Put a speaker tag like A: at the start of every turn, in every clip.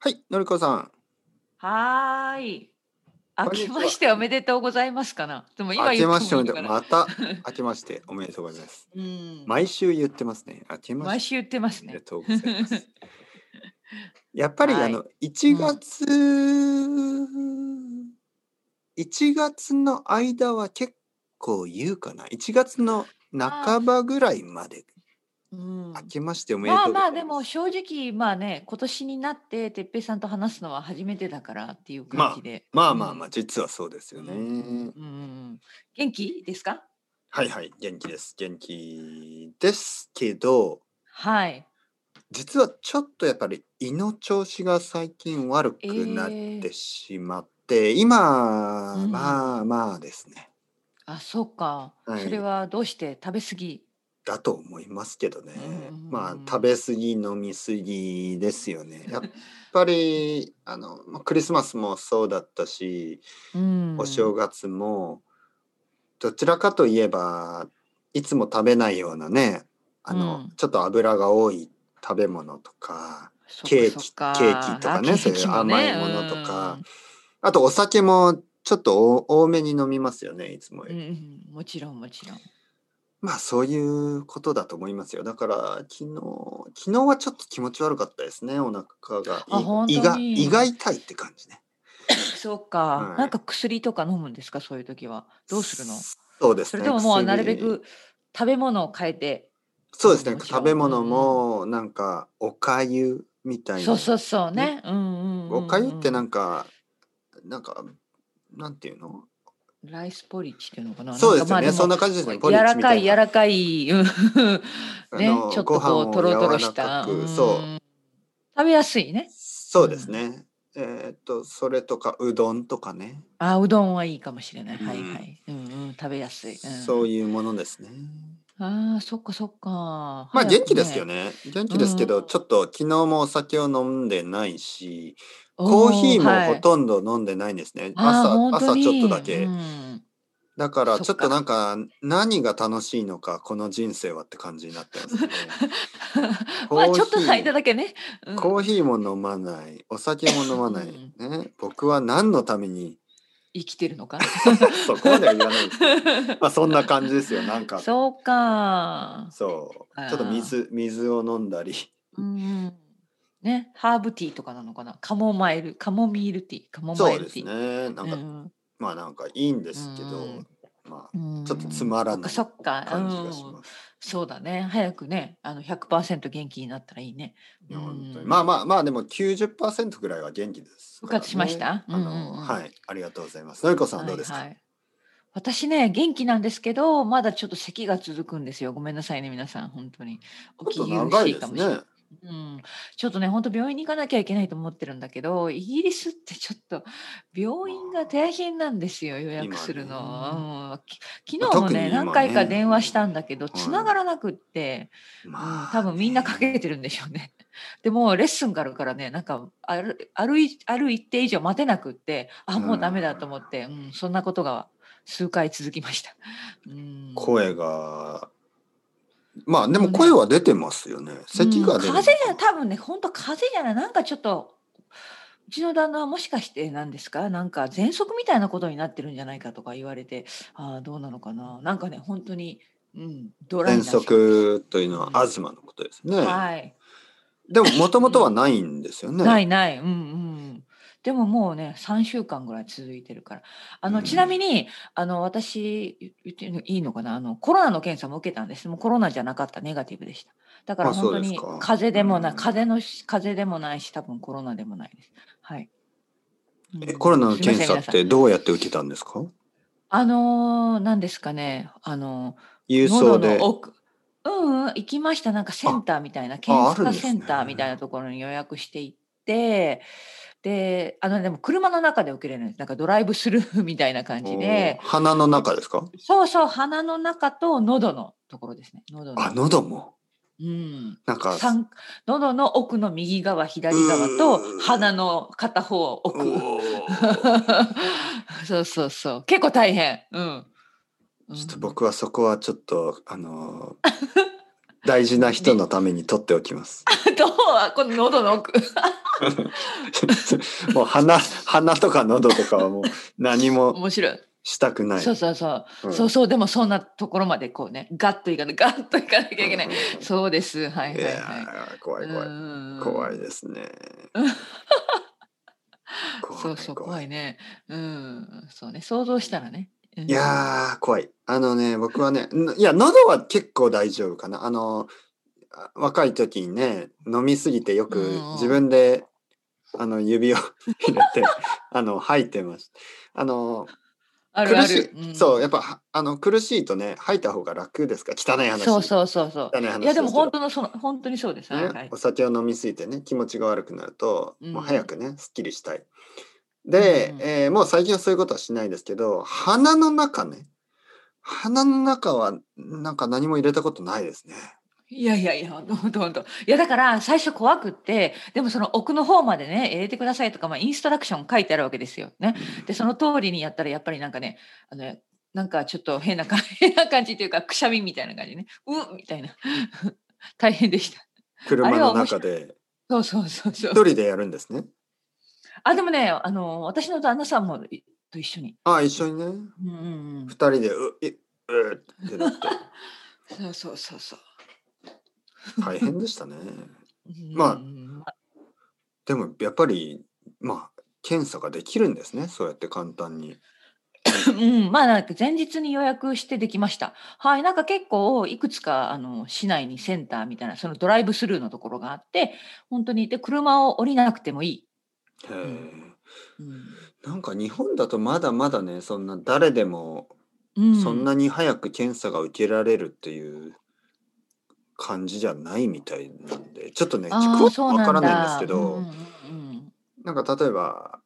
A: はい、のりこさん。
B: はーい。明けましておめでとうございますかな。でも今
A: 明けましておめでとう。また明けましておめでとうございます。
B: うん、
A: 毎週言ってますね。明けま
B: 毎週言ってますね。
A: ありがとうございます。 やっぱり、はい、あの1月、うん、1月の間は結構言うかな。1月の半ばぐらいまで
B: うん、
A: 明けましておめでと
B: まあ
A: うご
B: ま
A: ざ
B: あ
A: い
B: で
A: ま
B: も
A: す。
B: 正直まあね今年になって哲平さんと話すのは初めてだからっていう感じで、
A: まあまあま
B: う
A: あ、
B: ん
A: 実はそうですよね。
B: うんうん元気ですか
A: はいはい、元気です。元気ですけど、
B: はい
A: 実はちょっとやっぱり胃の調子が最近悪
B: え
A: くなっ
B: ー、
A: てしまって、今、
B: うん、
A: まあまあですね。
B: あそうか
A: は
B: それ
A: い。
B: はどうして食べ過ぎ
A: だと思いますけど
B: うんうん
A: ね。
B: う
A: まあ、
B: んう
A: 食
B: ん
A: べ過ぎ、飲み過ぎですよね。 やっぱり、あの、まあクリスマスもそうだったし、
B: う
A: お正
B: ん
A: 月も、どちらかといえば、いつも食べないようなね、あ
B: う
A: の、
B: ん
A: ちょっと油が多い食べ物とか、
B: そっか
A: ケー
B: そっ
A: キ、ケーキ
B: か
A: と
B: あ
A: か
B: ケ
A: ね、そう
B: ー
A: い
B: キ
A: う
B: も
A: 甘
B: ね
A: いうものとか、
B: ん
A: あとお酒もちょっと多多めに飲みますよね、いつも
B: う
A: よ
B: んう
A: り。
B: んもちろんもちろん
A: まあそういうことだと思いますよ。だから昨日、昨日はちょっと気持ち悪かったですね、お腹が。
B: あ
A: い
B: 本
A: 胃
B: 当
A: が、胃が
B: に
A: 痛いって感じね。
B: そうか。
A: は
B: なん
A: い。
B: か薬とか飲むんですか、そういう時は。どうするの
A: そうで
B: そ
A: す
B: れ
A: ね、
B: とももうなるべ
A: 薬。
B: く食べ物を変えて、
A: そうで
B: あ
A: す
B: の
A: ね、
B: もち
A: 食
B: ろん。
A: べ
B: うん
A: 物
B: うん。
A: もなんかおかゆみたい
B: そう
A: な
B: そうそう
A: ね。
B: ね。うんうん
A: おか
B: う
A: ゆってなん
B: うん
A: か、なんか、なんていうの
B: ん。ライスポリッチっていうのかな。な
A: そ
B: ん
A: うで
B: か
A: す
B: ま
A: よ
B: あで
A: ね、そん
B: も、
A: な感じですね、
B: 柔
A: ポリッチ
B: ら
A: み
B: か
A: たい
B: い柔
A: な。
B: らかい、うん
A: あ
B: ね、ち
A: の、
B: ょっ
A: ご飯
B: とこう、
A: を
B: とろと
A: 柔
B: ろし
A: らか
B: た、う
A: く、そう。
B: ん。食べやすいね。
A: そううです
B: ん。
A: ね。えーっと、それとか、うどんとかね。
B: あ、うどんはいいかもしれない。
A: う
B: はいは
A: ん。
B: い。うんうん。食べやすい。う。
A: そうんいうものですね。
B: ああ、そっかそっか。
A: まあ、
B: 早
A: 元
B: く
A: 気ですよ
B: ね。
A: ね。元
B: う
A: 気です
B: ん。
A: けど、ちょっと昨日もお酒を飲んでないし、コー
B: お
A: ヒ
B: お、
A: ーも
B: は
A: ほ
B: い。
A: とんど飲んでないんですね。
B: ああ、
A: 朝、
B: 本当
A: 朝ちょっと
B: に。
A: だ
B: う
A: け。
B: ん。
A: だから、
B: そ
A: ちょ
B: っ
A: っとなん
B: か。
A: か、何が楽しいのか、この人生はって感じになってます ね。
B: まあ、
A: コー
B: ちょっと
A: ヒ
B: の間
A: ー、
B: だけね。うん。
A: コーヒーも飲まない、お酒も飲ま
B: う
A: ない。
B: ん。
A: ね、僕は何のために
B: 生きてるのか。
A: そこまでは言わないですけど、 まあ、そんな感じですよ。なんか、
B: そうか。
A: そう、ちょっと
B: ああ。
A: 水、水を飲んだり。
B: うん。ね、ハーブティーとかなのかな。カモマイル、カモミールティー、カモマ
A: そ
B: イ
A: う
B: ル
A: で
B: テ
A: す
B: ィー。
A: ね。なん
B: う
A: か、
B: ん。
A: まあなんかいいんで
B: う
A: すけど、
B: ん。
A: まあ、
B: う
A: ちょっとつ
B: ん。
A: ま
B: そ
A: ら
B: っか
A: な
B: そ
A: い
B: っか。
A: 感じがし
B: うん。
A: ます。
B: そうだね。早くね、あの100%元気になったらいいね。
A: いうや、本当に。まあ
B: ん。
A: まあまあ、でも90%ぐらいは元気です
B: 復
A: から
B: 活しまし
A: ね。
B: たうん
A: あ
B: うん
A: の、
B: うん。
A: はい、ありがとうございます。のりこさん
B: は
A: どう
B: い
A: です
B: は
A: か
B: い。私ね、元気なんですけど、まだちょっと咳が続くんですよ。ごめんなさいね、皆さん。本当に。お
A: ちょっと
B: 聞き苦
A: 長
B: し
A: い
B: い
A: で
B: か
A: す
B: もしれ
A: ね。
B: ない。うん、ちょっとね、本当病院に行かなきゃいけないと思ってるんだけど、イギリスってちょっと病院が
A: まあ、
B: 大変なんですよ、予約
A: 今
B: する
A: ね。
B: の。うん、き
A: まあ、
B: 昨日も
A: 特
B: ね、
A: に
B: 何
A: 今
B: 回か
A: ね。
B: 電話したんだけど、
A: う
B: 繋が
A: ん。
B: らなくって、うん、多
A: まあ
B: 分みんなかけ
A: ね。
B: てるんでしょうね。 でもレッスンがあるからね、なんかあるあるいある一定以上待てなくって、あ、
A: う
B: もうダメ
A: ん。
B: だと思って、うん、そんなことが数回続きました。うん、
A: 声が、まあで
B: あ
A: も
B: の
A: 声
B: ね、
A: は出てますよね。
B: う
A: 咳
B: ん、
A: が出
B: 風
A: るの
B: 邪じ
A: かな。
B: ゃ、多分ね、本当風邪じゃない、なんかちょっと、うちの旦那はもしかしてなんですか、なんか喘息みたいなことになってるんじゃないかとか言われて、ああ、どうなのかな、なんかね、本当に、うん、ドラ
A: 喘
B: イな症です。
A: 息という
B: う
A: のは
B: ん、
A: 東のことですね。
B: はい。
A: でも、もとも
B: う
A: とは
B: ん
A: ないんですよ
B: な
A: ね。
B: いない、うんうん。でももうね、3週間ぐらい続いてるから。あ
A: う。
B: の、ちなんみに、あの、私、言言っていいのかな、あの、コロナの検査も受けたんです。もうコロナじゃなかった、ネガティブでした。だから
A: あ、
B: 本
A: そう
B: 当
A: です
B: に、
A: か。
B: 風邪
A: う
B: でもない、
A: ん。
B: 風邪のし、風邪でもないし、多分コロナでもないです。はい。う
A: え、コロ
B: ん、
A: ナの
B: すみま
A: 検
B: せ
A: 査
B: ん、皆
A: っ
B: さん。
A: てどうやって受けたんですか
B: あのー、何ですかね、あの
A: 郵
B: ー、喉
A: 送
B: の
A: で。
B: 奥、うんうん、行きました、なんかセン
A: あ、
B: ターみたいな、
A: あ、
B: 検
A: ある
B: 査
A: んで
B: セ
A: す
B: ン
A: ね。
B: ターみたいなところに予約していって、で、あの、でも車の中で受けれるんです。なんかドライブスルーみたいな感じ
A: おー
B: で、
A: 鼻の
B: で
A: 中ですか
B: そうそう、鼻の中と喉のところですね、喉
A: あ、
B: の。
A: 喉も。
B: うん、
A: なんか、
B: 三喉の奥の右側、
A: う
B: 左側と鼻
A: ー、
B: の片方
A: う
B: 奥。
A: おー。
B: そうそうそう。結構大変。うん。う
A: ちょっと
B: ん
A: 僕はそこはちょっと、あのー大事な人
B: で、
A: のために取っておきます。
B: どうはこの喉の奥。
A: もう鼻鼻とか喉とかはもう何も
B: 面白い。
A: したくない。
B: そうそうそう。
A: うん
B: そうそう、でもそんなところまでこうね、ガッといかない、ガッといかなきゃいけない。
A: うん
B: そうです。はいはいいは
A: やー怖い
B: い。
A: 怖い、
B: い
A: 怖い
B: い。
A: ですね。怖い
B: そうそう、怖いね。うん、そうね、想像したらね。う
A: い
B: ん
A: やー怖い。あのね僕はねんいや喉は結構大丈夫かな。あのあ若い時にね飲みすぎてよく
B: うん
A: 自分で、あの指を 入れてあの吐いてました。あの
B: あるあ
A: 苦し
B: る。
A: い、
B: ん
A: そうやっぱはあの苦しいとね吐いた方が楽ですから汚い話。
B: そうそうそうそう
A: 汚い話
B: いやでも
A: すけど
B: 本当のその本当にそうです。はいは
A: ね
B: い、
A: お酒を飲みすぎてね気持ちが悪くなると、
B: うん
A: もう早くねすっきりしたい。で、
B: うん
A: えーもう最近はそういうことはしないですけど鼻の中ね鼻の中はなんか何も入れたことないですね。
B: いやいやいや、ほんとほんとほんと。いやだから最初怖くって、でもその奥の方までね、入れてくださいとか、まあ、インストラクション書いてあるわけですよ。ね。で、その通りにやったら、やっぱりなんかね、あの、なんかちょっと変な感じ、変な感じというか、くしゃみみたいな感じね。うんみたいな。大変でした。
A: 車
B: あれ
A: の
B: は面
A: 中
B: 白
A: で
B: そうそうそう
A: 一
B: そう。
A: 人でやるんですね。
B: あ、でもね、あの、私の旦那さんもいと一緒に。
A: あ一緒にね
B: うんうんうん
A: 二。人でういううってなって
B: そうそうそうそう。
A: 大変でしたね。まあ
B: まあ、
A: でもやっぱりまあ検査ができるんですねそうやって簡単に。
B: うん、まあなんか前日に予約してできました。はい、なんか結構いくつかあの市内にセンターみたいなそのドライブスルーのところがあって、本当にで車を降りなくてもいい。
A: へー
B: うん
A: なんか日本だとまだまだねそんな誰でも
B: うん、
A: そんなに早く検査が受けられるっていう感じじゃないみたいなんでちょっとね
B: あー
A: 聞く
B: そ
A: わ
B: うなんだ
A: からないんですけど、
B: うんうん
A: なんか例えば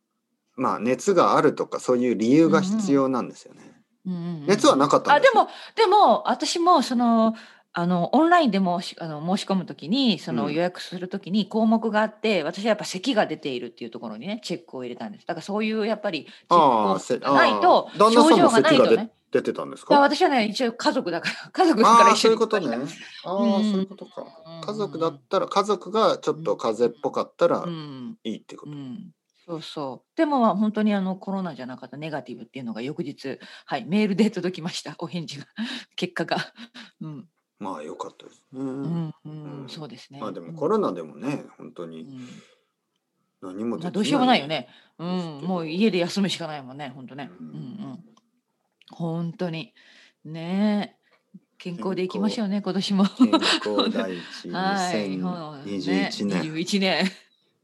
A: まあ熱があるとかそういう理由が必要なんですよね。
B: うんうんうんうん
A: 熱はなかったん
B: あ
A: で
B: です
A: よ
B: もでも私もそのあのオンラインでもしあの申し込むときにそ
A: うん
B: の予約するときに項目があって、私はやっぱ咳が出ているっていうところにねチェックを入れたんですだからそういうやっぱりチェ
A: あー
B: ッ
A: せ
B: クがないと
A: あー旦那
B: 症
A: さん
B: 状
A: も
B: がない
A: 咳が
B: と
A: 出,、
B: ね
A: 出てたんです
B: だから
A: か
B: 私はね一応家族だから 家族だか
A: あ
B: ら
A: あ
B: 一緒
A: そう
B: に
A: いうことね。ああ
B: うん
A: そういうことか。家族だったら家族がちょっと風邪っぽかったら
B: うん
A: いいってこ
B: う
A: と。
B: んそうそうでもまあ本当にあのコロナじゃなかったネガティブっていうのが翌日はいメールで届きましたお返事が 結果がうん
A: まあよかったですね。
B: うん、う
A: うんん
B: そうですね
A: まあでも
B: うん
A: コロナでもね、本当に
B: うん
A: 何もでき
B: まあ、どうしようもないよ。ね。う
A: です
B: ん、
A: けど
B: もう家で休むしかないもんね、本当ね。
A: う
B: うんん、うん。本当に。ねえ。健康でいきましょうね、今年も。
A: 健康第一
B: はい、
A: 2021
B: ね
A: 年、
B: 21年。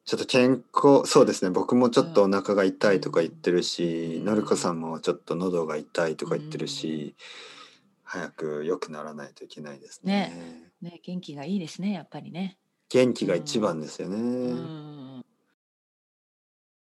A: ちょっと健康そうですね僕もちょっとお腹が痛いとか言ってるし、
B: うん
A: のりこさんもちょっと喉が痛いとか言ってるし、早く良くならないといけないですね
B: ね元気がいいですね、やっぱりね。
A: 元気が一番ですよね、
B: うん。